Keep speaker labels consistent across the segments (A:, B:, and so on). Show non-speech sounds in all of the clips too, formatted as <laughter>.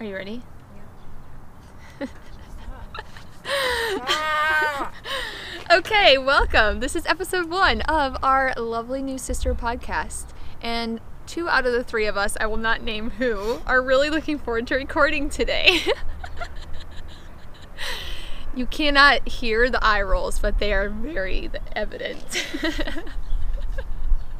A: Are you ready? <laughs>
B: <laughs>
C: Ah!
A: okay, welcome. This is episode one of our lovely new sister podcast. And two out of the three of us, I will not name who, are really looking forward to recording today. <laughs> you cannot hear the eye rolls, but they are very evident. <laughs>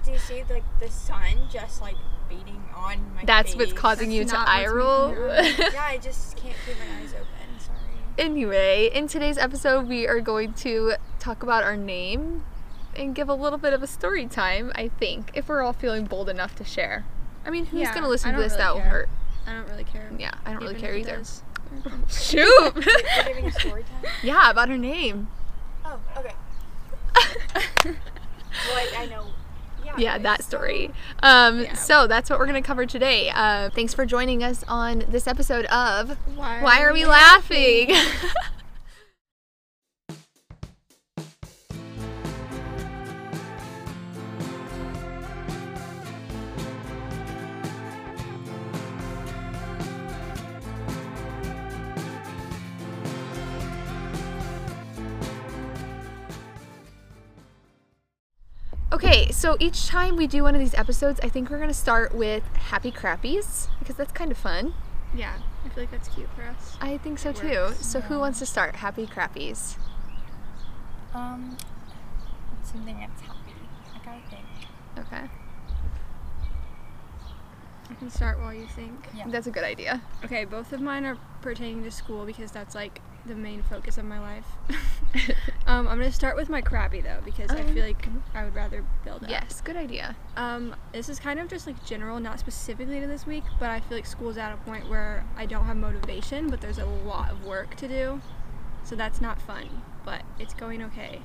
C: Do you see like the sun just like beating on my
A: That's
C: face?
A: what's causing you
B: That's
A: to
B: not
A: eye
B: what's
A: roll.
B: making
A: <laughs>
C: <laughs>
B: your
C: yeah, I just can't keep my eyes open. Sorry.
A: Anyway, in today's episode, we are going to talk about our name and give a little bit of a story time, I think, if we're all feeling bold enough to share. I mean, who's
B: Yeah,
A: going to
B: I
A: listen to
B: don't
A: this?
B: really
A: that will
B: care.
A: hurt.
B: I don't really care.
A: Yeah, I don't really
B: Even
A: care
B: if it
A: either.
B: does.
A: <laughs>
B: <laughs>
A: Shoot! <laughs>
C: We're giving a story time.
A: yeah, about her name. <laughs>
C: Oh, okay. Well, like I know. Yeah.
A: yeah,
C: okay,
A: that
C: so-
A: story. Um,
B: Yeah.
A: So that's what we're going to cover today. Uh, thanks for joining us on this episode of
B: Why,
A: Why Are We Laughing? <laughs> Okay, so each time we do one of these episodes, I think we're gonna start with happy crappies because that's kind of fun.
B: Yeah, I feel like that's cute for us.
A: I think so
B: It
A: too.
B: works.
A: So who wants to start? Happy crappies.
C: Um, something that's happy. I gotta think.
A: Okay,
B: I can start while you think.
C: Yeah.
A: that's a good idea.
B: Okay, both of mine are pertaining to school because that's like the main focus of my <laughs> life. um, I'm gonna start with my crappy though because I
A: Oh,
B: feel like I would rather build up.
A: Yes, good idea.
B: Um, this is kind of just like general, not specifically to this week, but I feel like school's at a point where I don't have motivation, but there's a lot of work to do. So that's not fun, but it's going okay.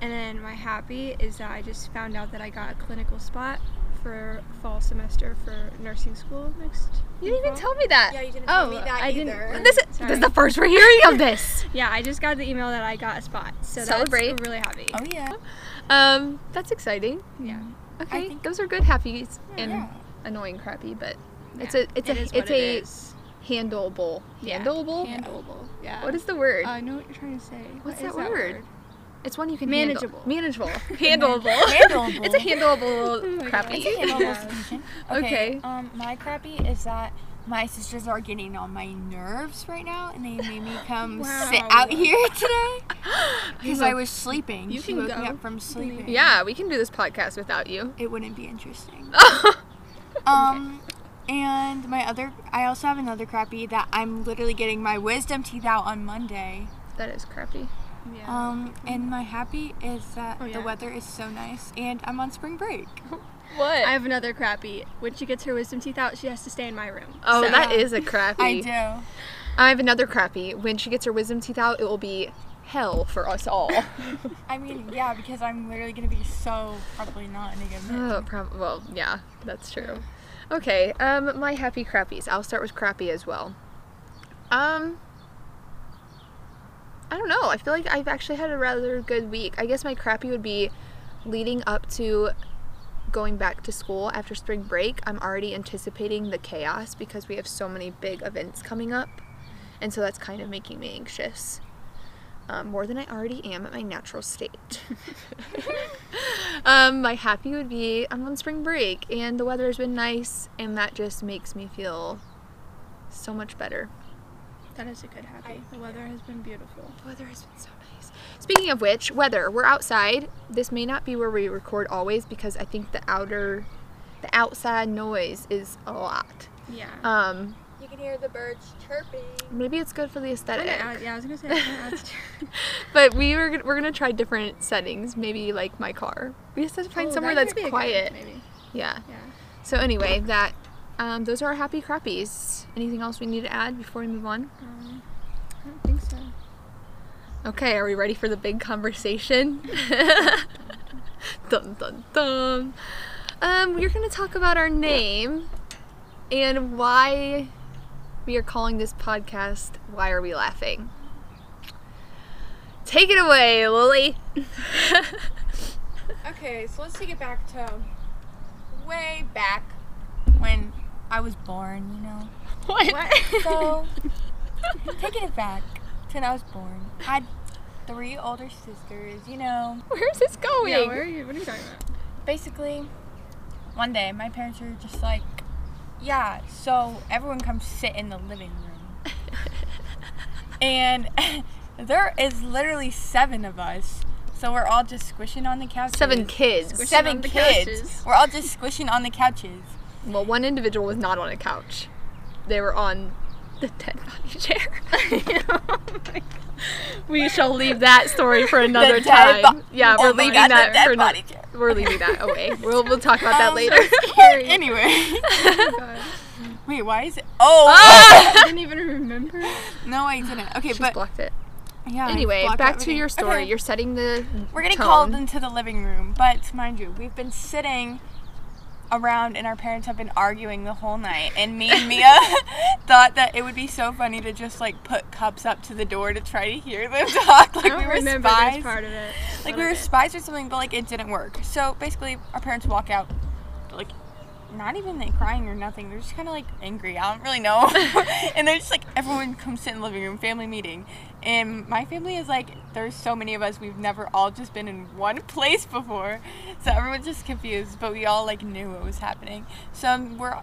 B: And then my happy is that I just found out that I got a clinical spot for fall semester for nursing school next.
A: You didn't even
B: fall.
A: tell me that.
C: Yeah, you didn't
B: Oh,
C: tell me that
B: I
C: either.
A: <laughs>
B: didn't-
A: This is, this
B: Sorry.
A: is the first we're hearing of
B: <laughs>
A: this.
B: Yeah, I just got the email that I got a spot. So
A: Celebrate.
B: that's really happy.
C: Oh yeah.
A: um, that's exciting.
B: Yeah.
A: Okay,
C: think-
A: those are good happies and
C: Yeah.
A: annoying crappy, but
B: Yeah.
A: it's a it's
B: It
A: a
B: is what
A: it's
B: it
A: a
B: is.
A: handleable.
B: Yeah.
A: Handleable.
B: handleable. Yeah.
A: What is the word?
B: I know what you're trying to say. What
A: What's
B: is
A: that word? It's one you can
B: Manageable.
A: Handle. Manageable. <laughs> Handleable. Oh
C: Handleable.
A: it's a handleable
B: Oh my
A: crappy.
B: God.
C: Yeah,
B: <laughs> Yeah.
C: confusion.
A: <laughs> Okay.
C: Um, my crappy is that my sisters are getting on my nerves right now, and they made me come
B: Wow.
C: sit out here today because
A: like,
C: I was sleeping.
B: "You
C: she
B: can
C: woke me
B: go."
C: up from sleeping.
A: Yeah, we can do this podcast without you. <laughs>
C: It wouldn't be interesting. Um, and my other, I also have another crappy that I'm literally getting my wisdom teeth out on Monday.
A: that is crappy.
B: Yeah.
C: Um, and my happy is that
B: Oh, yeah.
C: the weather is so nice, and I'm on spring break.
A: What?
B: I have another crappy. When she gets her wisdom teeth out, she has to stay in my room.
A: oh,
B: So-
A: that is a crappy.
C: I do.
A: I have another crappy. When she gets her wisdom teeth out, it will be hell for us all. <laughs>
C: I mean, yeah, because I'm literally gonna be so probably not in a good mood.
A: oh, prob- well, yeah, that's true. Okay, um, my happy crappies. I'll start with crappy as well. Um, I don't know. I feel like I've actually had a rather good week. I guess my crappy would be leading up to going back to school after spring break. I'm already anticipating the chaos because we have so many big events coming up. And so that's kind of making me anxious. Um, more than I already am at my natural state.
B: <laughs>
A: <laughs> um, my happy would be I'm on spring break and the weather has been nice, and that just makes me feel so much better.
B: That is a good happy.
C: I-
B: the weather has been beautiful.
A: The weather has been so nice. Speaking of which, weather, we're outside. This may not be where we record always because I think the outer, the outside noise is a lot.
B: Yeah.
A: Um,
C: You can hear the birds chirping.
A: maybe it's good for the
B: I'm
A: aesthetic.
B: gonna add, yeah, I was gonna say. I'm gonna <laughs> add to-
A: <laughs> But we were we're gonna try different settings. Maybe like my car. We just have to find
B: Oh,
A: somewhere
B: that
A: that's
B: could be a good
A: quiet.
B: one, Maybe.
A: Yeah.
B: Yeah.
A: So anyway, that um, those are our happy crappies. Anything else we need to add before we move on?
B: Um, I don't think so.
A: Okay, are we ready for the big conversation? <laughs> dun dun dun. Um, we're gonna talk about our name and why we are calling this podcast "Why Are We Laughing." Take it away, Lily. <laughs>
C: Okay, so let's take it back to way back when I was born, you know.
A: What? <laughs>
C: So, taking it back to when I was born, I had three older sisters, you know.
A: Where's this going?
B: Yeah, where are you, what are you talking about?
C: basically, one day my parents were just like, yeah, so everyone come sit in the living
A: <laughs>
C: room. and <laughs> there is literally seven of us. So we're all just squishing on the couches.
A: Seven kids.
B: Squish-
C: Seven
B: on the
C: kids.
B: couches.
C: We're all just squishing on the couches.
A: Well, one individual was not on a couch. They were on the dead body <laughs> chair. <laughs> we shall leave that story for another
C: dead
A: time.
C: bo-
A: yeah,
C: Oh
A: we're
C: my
A: leaving
C: God, the
A: that
C: dead
A: for no-
C: body chair.
A: We're leaving
C: <laughs>
A: that away. We'll we'll talk about that
C: Um, <laughs>
A: later.
C: anyway.
A: <laughs>
B: God,
C: Wait, why is it? Oh!
B: I didn't even <laughs> remember.
C: No, I didn't. Okay,
A: She's
C: but
A: blocked it.
C: yeah. I
A: Anyway,
C: blocked
A: back
C: out
A: to your
C: everything.
A: story.
C: Okay.
A: You're setting the
C: We're gonna
A: tone.
C: call them to the living room, but mind you, we've been sitting around and our parents have been arguing the whole night. And me and Mia <laughs> thought that it would be so funny to just like put cups up to the door to try to hear them <laughs> talk
B: I
C: like
B: don't
C: we were
B: remember this
C: spies.
B: part of it.
C: Like
B: but
C: we
B: I
C: were
B: did.
C: spies or something, but like it didn't work. So basically, our parents walk out, like not even like crying or nothing. They're just kind of like angry. I don't really know. <laughs> and they're just like everyone come sit in the living room, family meeting. And my family is like, there's so many of us. We've never all just been in one <laughs> place before, so everyone's just confused. But we all like knew what was happening. So um, we're,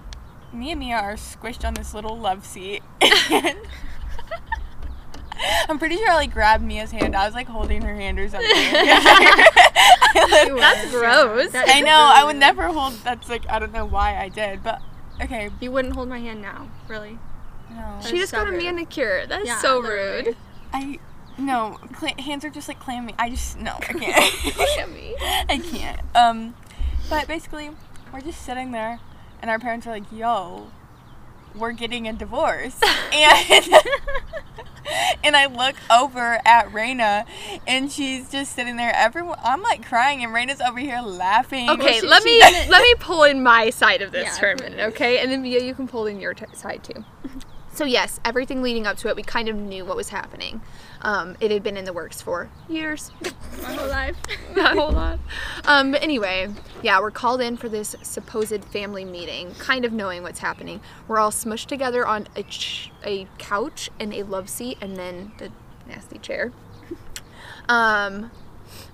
C: me and Mia are squished on this little love seat. <laughs> I'm pretty sure I like grabbed Mia's hand. I was like holding her hand or something. <laughs> I
B: You
C: literally-
B: were.
A: That's gross.
B: That-
C: I know. I would never hold. That's like I don't know why I did, but okay.
B: You wouldn't hold my hand now, really.
C: No,
A: she just
B: so
A: got a
B: rude.
A: manicure. That's
B: Yeah,
A: so
B: literally.
A: rude.
C: I no cla hands are just like clammy. I just no. I can't. <laughs>
A: Clammy.
C: I can't. Um, but basically, we're just sitting there, and our parents are like, "Yo, we're getting a divorce," and. <laughs> And I look over at Raina, and she's just sitting there. Everyone, I'm like crying, and Raina's over here laughing.
A: Okay,
B: she-
A: let
B: she
A: me <laughs>
C: <laughs>
B: didn't-
A: let me pull in my side of this
B: Yeah,
A: for a
B: please.
A: minute, okay? And then Mia, you can pull in your t- side too. <laughs> So yes, everything leading up to it, we kind of knew what was happening. Um, it had been in the works for years, <laughs>
B: My whole <laughs> life.
A: not a whole lot. Um, but anyway, yeah, we're called in for this supposed family meeting, kind of knowing what's happening. We're all smushed together on a, ch- a couch and a love seat, and then the nasty chair. Um,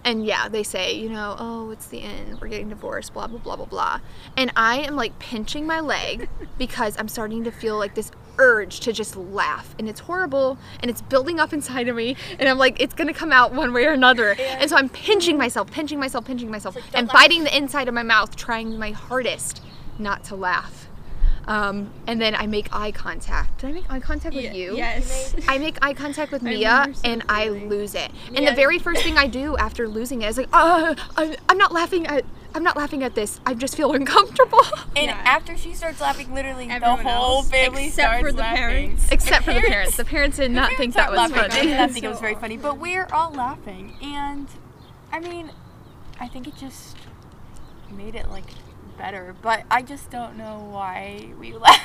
A: and yeah, they say, you know, oh, it's the end. We're getting divorced, blah, blah, blah, blah, blah. And I am like pinching my leg <laughs> because I'm starting to feel like this urge to just laugh. And it's horrible and it's building up inside of me. And I'm like, it's going to come out one way or another. And so I'm pinching myself, pinching myself, pinching myself, and biting the inside of my mouth, trying my hardest not to laugh. Um, and then I make eye contact. Did I make eye contact with
B: Ye-
A: you?
B: Yes.
A: I make eye contact
B: <laughs>
A: with Mia
B: remember seeing
A: and I
B: you.
A: lose it. And
B: Yeah.
A: the very first thing I do after losing it is like, uh, I'm, I'm not laughing at, I'm not laughing at this. I just feel <laughs> uncomfortable.
C: And
B: Yeah.
C: after she starts laughing, literally
B: Everyone
C: the whole
B: else,
C: family
B: except
C: starts
B: for the
C: laughing.
B: parents.
A: Except for the parents. The parents did not think that was
C: Start
A: <laughs>
C: laughing. They
A: funny.
C: did not think it was
B: So
C: very funny, but we're all laughing. And I mean, I think it just made it like better. But I just don't know why we <laughs> laughed.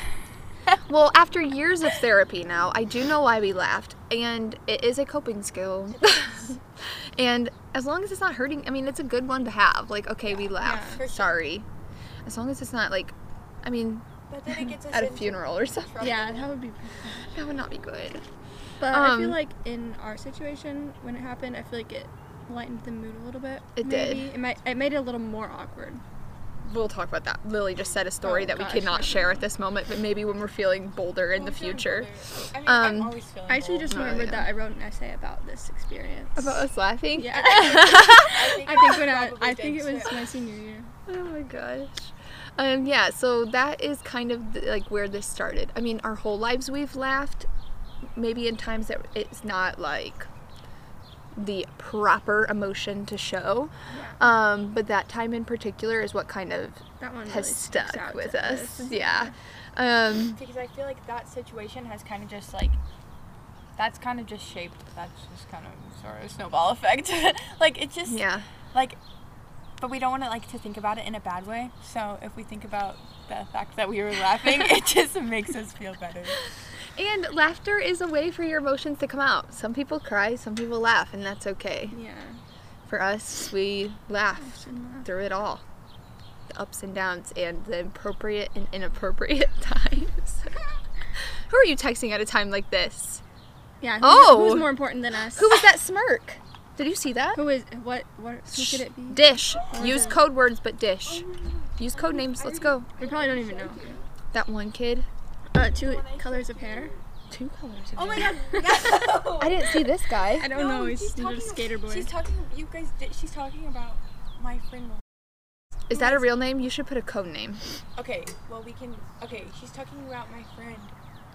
A: Well, after years of therapy now, I do know why we laughed, and it is a coping skill. <laughs> and as long as it's not hurting, I mean, it's a good one to have. Like, okay, we
B: yeah,
A: laugh.
C: for sure.
A: Sorry. As long as it's not like, I mean,
C: But then it gets us
A: at a funeral or something.
B: Yeah, that would be.
A: That would not be good.
B: But I
A: Um,
B: feel like in our situation, when it happened, I feel like it lightened the mood a little bit.
A: It did.
B: maybe. It, might, it made it a little more awkward.
A: We'll talk about that. Lily just said a story
B: Oh,
A: that
B: gosh,
A: we cannot
B: I
A: share at this moment, but maybe when we're feeling bolder in the future.
C: I mean,
A: Um,
C: I'm always feeling
B: I actually just
A: No,
B: remembered
A: yeah.
B: that I wrote an essay about this experience.
A: About us laughing?
B: yeah.
C: think,
B: I think when I,
C: probably
B: I think it
C: did
B: was
C: too.
B: my senior year.
A: Oh my gosh. Um, yeah, so that is kind of the, like where this started. I mean, our whole lives we've laughed, maybe in times that it's not like the proper emotion to show. Um, but that time in particular is what kind of
B: That one really
A: has
B: sticks
A: stuck
B: out
A: with
B: to
A: us. Yeah. Um,
C: because I feel like that situation has kind of just like that's kind of just shaped that's just kind of sort of snowball effect. <laughs> like it just
A: yeah.
C: like but we don't want to like to think about it in a bad way. So if we think about the fact that we were
B: <laughs>
C: laughing, it just makes us feel better.
A: And laughter is a way for your emotions to come out. Some people cry, some people laugh, and that's okay.
B: Yeah.
A: For us, we laugh
B: Shouldn't laugh.
A: through it all. the ups and downs and the appropriate and inappropriate <laughs> times. Who are you texting at a time like this?
B: Yeah. Who's,
A: Oh.
B: Who's more important than us?
A: Who was that smirk? Did you see that?
B: Who is what? What? Who
A: Shh.
B: could it be?
A: Dish.
B: Or
A: Use
B: the-
A: code words, but dish. Use code names. Let's go.
B: We probably don't even know.
A: That one kid.
B: Uh, two colors of hair.
A: Two colors.
C: Oh my god. No.
A: I didn't see this guy.
B: I <laughs> don't know. He's,
C: she's
B: he's a
C: talking-
B: skater boy.
C: She's talking. You guys. Did, she's talking about my friend.
A: Is that a real name? You should put a code name.
C: Okay. Well, we can. Okay. She's talking about my friend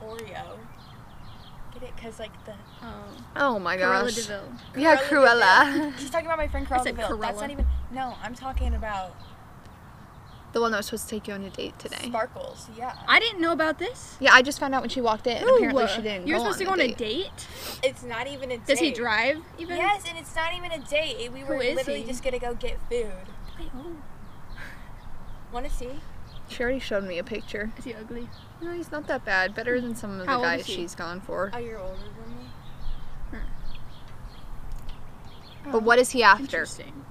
C: Oreo. Get it? Cause like the.
B: oh,
A: Oh my
B: Cruella
A: gosh.
B: Deville.
A: Yeah,
C: Cruella
A: Cruella.
C: <laughs> She's talking about my friend Carl
B: said
C: DeVille. That's
B: Cruella.
C: not even. No, I'm talking about
A: <laughs> The one that was supposed to take you on a date today.
C: sparkles. Yeah.
B: I didn't know about this.
A: Yeah, I just found out when she walked in. and Apparently
B: Ooh,
A: she didn't.
B: You're
A: go
B: supposed to go on a date?
C: It's not even a date.
B: Does he drive even?
C: Yes, and it's not even a date. It- We were
B: is
C: literally
B: he?
C: just gonna go get food.
B: Wait, oh,
C: Want to see?
A: She already showed me a picture.
B: is he ugly?
A: No, he's not that bad. Better than some of
B: How
A: the
B: old is
A: guys
B: she?
A: she's gone for.
C: Oh, you're older than me.
A: But what is he after?
B: Interesting.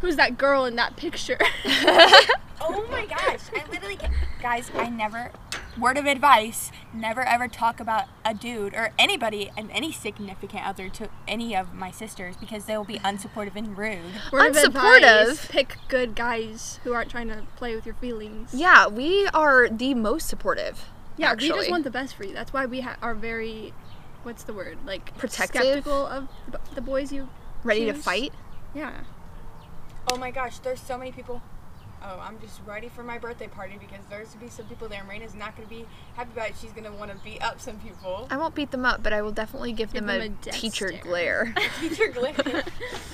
B: Who's that girl in that picture? <laughs>
C: Oh my gosh! I literally, ca- guys, I never. Word of advice: never ever talk about a dude or anybody and any significant other to any of my sisters because they will be unsupportive and rude.
B: Word of
A: Unsupportive.
B: advice, Pick good guys who aren't trying to play with your
A: <laughs>
B: feelings.
A: yeah, we are the most supportive.
B: Yeah,
A: actually.
B: we just want the best for you. That's why we ha- are very, what's the word? Like
A: Protective?
B: skeptical of the- the boys you.
A: ready to
B: choose.
A: fight.
B: Yeah.
C: Oh my gosh! There's so many people. Oh, I'm just ready for my birthday party because there's gonna be some people there. Marina's not gonna be happy about it. She's gonna want to beat up some people.
A: I won't beat them up, but I will definitely give,
B: Give
A: them,
B: them
A: a,
B: a death
A: teacher
B: stare. <laughs>
A: glare.
C: <laughs> Teacher glare.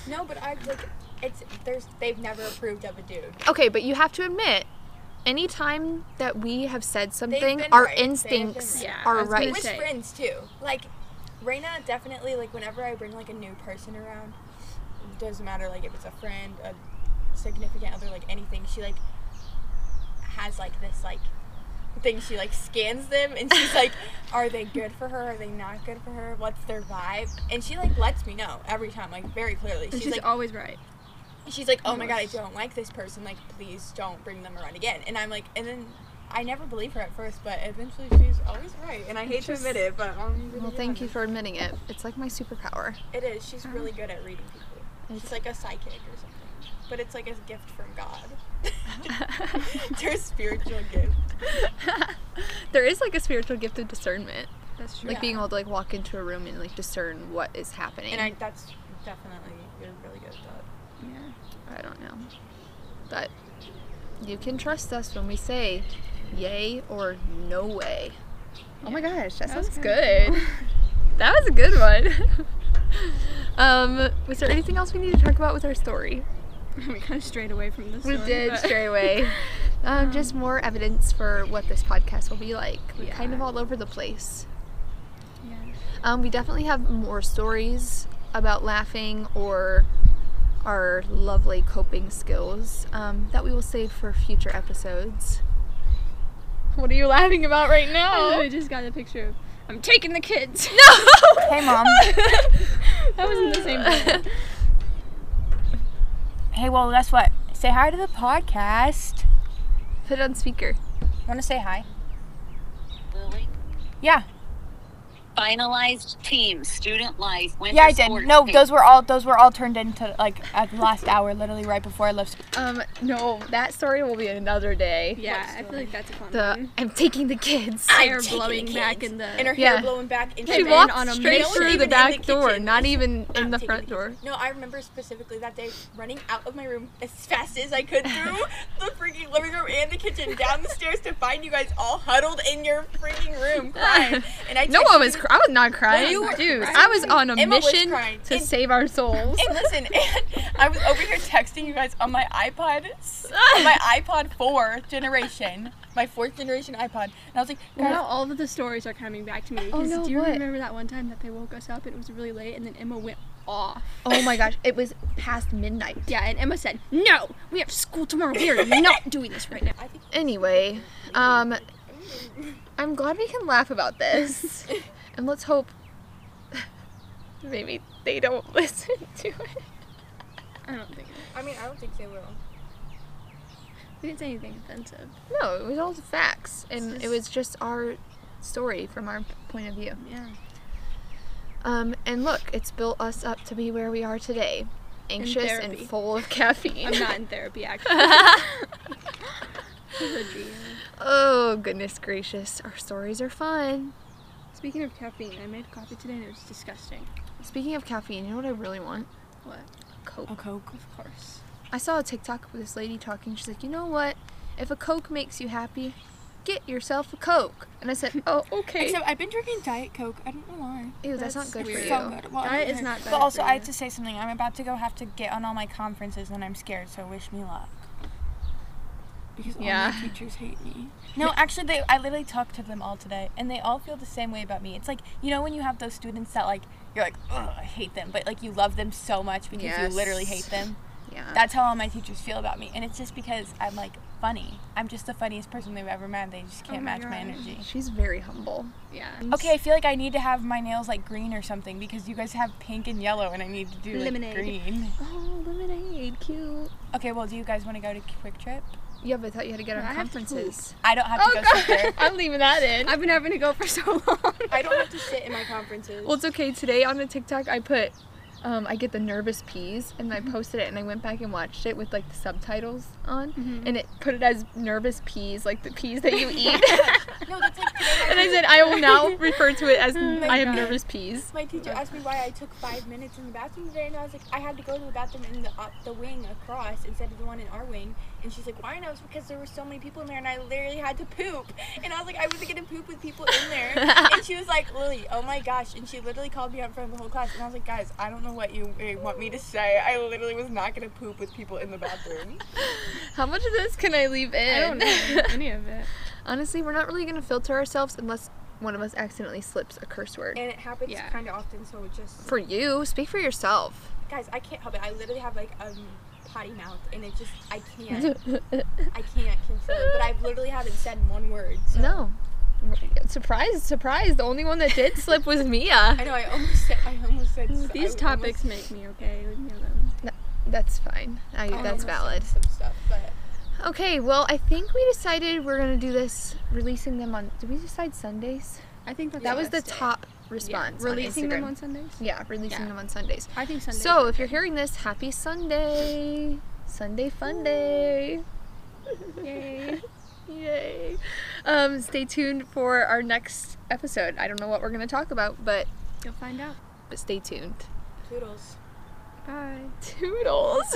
C: no, but I like. It's there's they've never approved of a dude.
A: okay, but you have to admit, anytime that we have said something,
C: been
A: our
C: right. They have been
A: instincts
B: right. Yeah, I
A: are
B: was gonna
A: right.
C: with
B: say.
C: friends too. Like, Raina definitely like whenever I bring like a new person around, it doesn't matter like if it's a friend, a significant other, like anything. She like has like this like thing. She like scans them and she's
B: <laughs>
C: like, are they good for her? Are they not good for her? What's their vibe? And she like lets me know every time, like very clearly.
B: And she's,
C: like,
B: always right.
C: she's like, "Oh my god, I don't like this person. Like, please don't bring them around again." And I'm like, and then I never believe her at first, but eventually she's always right. And I hate to admit it, but um,
A: Well, thank you for admitting it. It's like my superpower.
C: It is. She's really good at reading people. She's like a psychic or something, but it's like a gift from God. <laughs> it's her spiritual gift.
A: There is like a spiritual gift of discernment,
B: That's true.
A: like
C: Yeah.
A: being able to like walk into a room and like discern what is happening.
C: And I, that's definitely you're really good at that.
B: yeah.
A: I don't know. But you can trust us when we say yay or no way. Oh my gosh, that, sounds good. <laughs> that was a good one. <laughs> um, was there anything else we need to talk about with our story?
B: <laughs> we kind of strayed away from this.
A: We
B: one,
A: did
B: but- <laughs>
A: stray away. <laughs> Um, just more evidence for what this podcast will be like. We're kind of
B: Yeah.
A: all over the place.
B: Yeah.
A: Um, we definitely have more stories about laughing or our lovely coping skills um, that we will save for future episodes. What are you laughing about right
B: I
A: now?
B: literally just got a picture of I'm taking the kids.
A: No!
C: Hey, Mom.
B: <laughs> that wasn't
A: <laughs>
B: the same <laughs> thing.
C: Hey, well, guess what? Say hi to the podcast.
A: Put it on speaker.
C: Want to say hi?
D: Lily.
C: Yeah.
D: Finalized team, student life, winter
C: Yeah, I did.
D: sports
C: No,
D: team.
C: those were all those were all turned into like at the last hour, literally right before I left.
A: Um, no, that story will be another day.
B: Yeah, I feel like that's a common
A: The
B: one.
A: I'm taking the kids.
B: hair blowing back in the
C: and her
A: Yeah.
C: hair blowing back. And
A: <laughs> She
B: Came in
A: walked
B: on a
A: straight
B: mission.
A: through
C: Even
A: the
C: in
A: back
C: the
A: door,
C: kitchen.
A: not even in the
C: Taking
A: front
C: kitchen.
A: door.
C: No, I remember specifically that day running out of my room as fast as I could
A: <laughs>
C: through the freaking living room and the kitchen down the stairs to find you guys all huddled in your
A: <laughs>
C: freaking room crying. And I
A: No
C: texted
A: one was.
C: you-
A: Cr- I was not crying,
C: you were
A: dude.
C: crying.
A: I was on a
C: Emma was
A: mission
C: crying.
A: to
C: And-
A: save our souls.
C: And listen, <laughs> and I was over here texting you guys on my iPod,
A: <laughs>
C: on my iPod 4 generation, my fourth generation iPod. And I was like, guys,
B: Now all of the stories are coming back to me.
A: Oh,
B: 'cause
A: no,
B: do you
A: what?
B: remember that one time that they woke us up and it was really late and then Emma went off?
A: Oh my gosh, it was past midnight.
B: Yeah, and Emma said, No, we have school tomorrow. We are not doing this right now.
A: Anyway, um I'm glad we can laugh about
C: <laughs>
A: this. and let's hope maybe they don't <laughs> listen to it.
B: I don't think.
C: I mean, I don't think they will.
B: We didn't say anything <laughs> offensive.
A: No, it was all the facts, and
B: It's
A: it was just our story from our point of view.
B: Yeah.
A: Um, and look, it's built us up to be where we are today, anxious and
B: therapy.
A: full of caffeine.
B: I'm not in therapy <laughs> actually. This is a dream.
A: oh goodness gracious, our stories are fun.
B: Speaking of caffeine, I made coffee today and it was disgusting.
A: Speaking of caffeine, you know what I really want?
B: What?
A: Coke.
C: A Coke.
B: Of course.
A: I saw a TikTok of this lady talking. She's like, you know what? If a Coke makes you happy, get yourself a Coke. And I
B: <laughs>
A: said, oh, okay.
C: Except I've been drinking Diet Coke. I don't know why.
A: Ew, that's,
B: that's
A: not good
B: weird.
A: for you.
C: So good. Well, I
B: Diet
C: don't
B: is
C: know.
B: not bad
C: But also,
B: for
C: I
B: you.
C: have to say something. I'm about to go have to get on all my conferences, and I'm scared. So wish me luck. Because all
A: Yeah.
C: my teachers hate me. No, actually, they. I literally talked to them all today, and they all feel the same way about me. It's like you know when you have those students that like you're like, Ugh, I hate them, but like you love them so much because you literally
A: Yes.
C: hate them.
B: Uh.
A: Yeah.
C: That's how all my teachers feel about me, and it's just because I'm like funny. I'm just the funniest person they've ever met. They just can't
B: my
C: match Oh my
B: gosh.
C: energy.
A: Oh She's very humble.
B: Yeah.
C: Okay, I feel like I need to have my nails like green or something because you guys have pink and yellow, and I need to do like,
B: Lemonade.
C: green.
A: Oh, lemonade, cute.
C: Okay, well, do you guys want to go to Quick Trip?
A: Yeah, but I thought you had to get
B: No,
A: on
B: I have to poop. Oh,
A: conferences.
C: I don't have to
A: <laughs>
C: go sit there.
A: I'm leaving that in.
B: I've been having to go for so <laughs> long.
C: <laughs> I don't have to sit in my conferences.
A: Well, it's okay. Today on the TikTok, I put, um, I get the nervous peas, and
B: Mm-hmm.
A: I posted it, and I went back and watched it with like the subtitles on,
B: Mm-hmm.
A: and it put it as nervous peas, like the peas that you
B: <laughs>
A: eat. <laughs>
C: no, that's like today.
A: and I said, I will now refer to it
B: <laughs>
A: as
B: Oh
A: I am
C: God.
A: nervous peas.
C: My teacher asked me why I took five minutes in the bathroom today, and I was like, I had to go to the bathroom in the up the wing across instead of the one in our wing. And she's like, why? And I was because there were so many people in there, and I literally had to poop. And I was like, I wasn't gonna poop with people in there. and she was like, Lily, oh my gosh. And she literally called me out in front of the whole class, and I was like, guys, I don't know what you uh, want me to say. I literally was not gonna poop with people in the bathroom.
A: How much of this can I leave in?
B: I don't <laughs> know any of it.
A: <laughs> Honestly, we're not really gonna filter ourselves unless one of us accidentally slips a curse word.
E: and it happens
B: Yeah.
E: kind of often. So it just
A: For you, speak for yourself.
E: guys, I can't help it. I literally have like um potty mouth, and it just I
A: <laughs>
E: can't, I can't control it. But I literally haven't said one word. So.
A: No. Surprise, surprise. The only one that did slip was
B: <laughs>
A: Mia.
E: I know. I almost said. I almost said. I
B: These
E: almost
B: topics make me okay. Leave me alone.
A: That's fine. I,
B: Oh,
A: that's
E: almost said
A: valid.
E: Some stuff, but
A: Okay, well, I think we decided we're going to do this, releasing them on. Did we decide Sundays?
B: I think that's
A: That was the
B: best day.
A: top response. on
B: Releasing them
A: Instagram.
B: on Sundays.
A: Yeah, releasing
B: Yeah.
A: them on Sundays.
B: I think Sundays.
A: So
B: are
A: if you're
B: good.
A: hearing this, happy Sunday. Sunday fun day.
B: <laughs> Yay.
A: <laughs> Yay. Um, stay tuned for our next episode. I don't know what we're going to talk about, but,
B: You'll find out.
A: but stay tuned.
E: toodles.
B: Bye.
A: <laughs> Toodles.